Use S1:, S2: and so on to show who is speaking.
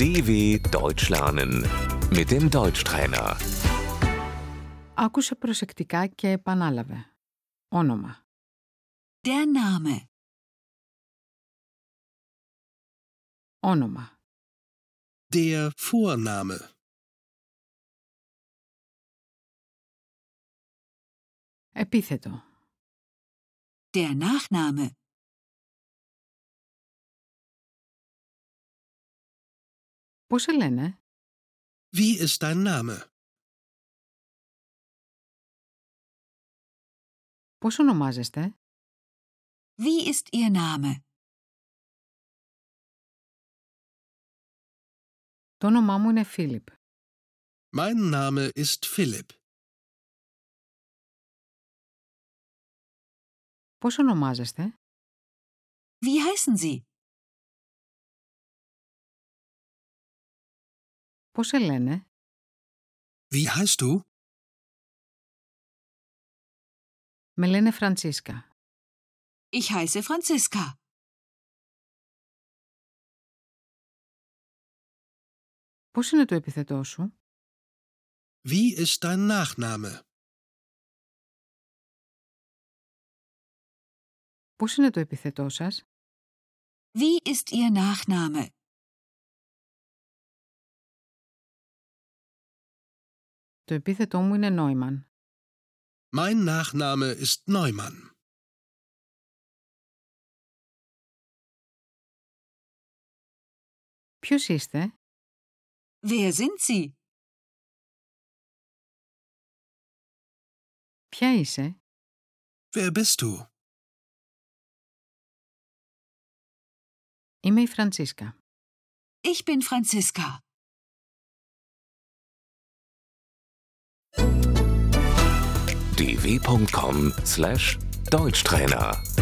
S1: DW Deutsch lernen mit dem Deutschtrainer.
S2: Άκουσε προσεκτικά και επανάλαβε. Όνομα.
S3: Der Name.
S2: Όνομα.
S4: Der Vorname.
S2: Επίθετο.
S3: Der Nachname.
S2: Πώς σε λένε?
S4: Wie ist dein Name?
S2: Πώς ονομάζεστε?
S3: Wie ist Ihr Name?
S2: Το όνομά μου είναι Φίλιπ.
S4: Mein Name ist Philipp.
S2: Πώς ονομάζεστε?
S3: Wie heißen Sie?
S2: Πώς σε λένε?
S4: Wie heißt du?
S2: Με λένε Φραντσίσκα.
S3: Ich heiße Franziska.
S2: Πώς είναι το επιθετό σου?
S4: Wie ist dein Nachname?
S2: Πώς είναι το επιθετό σας?
S3: Wie ist Ihr Nachname?
S2: Το επίθετό μου είναι Νόιμαν.
S4: Mein Nachname ist Neumann.
S2: Ποιος είστε?
S3: Wer sind Sie?
S2: Ποια είσαι?
S4: Wer bist du?
S2: Είμαι η Φραντσίσκα.
S3: Ich bin Franziska.
S1: dw.com/deutschtrainer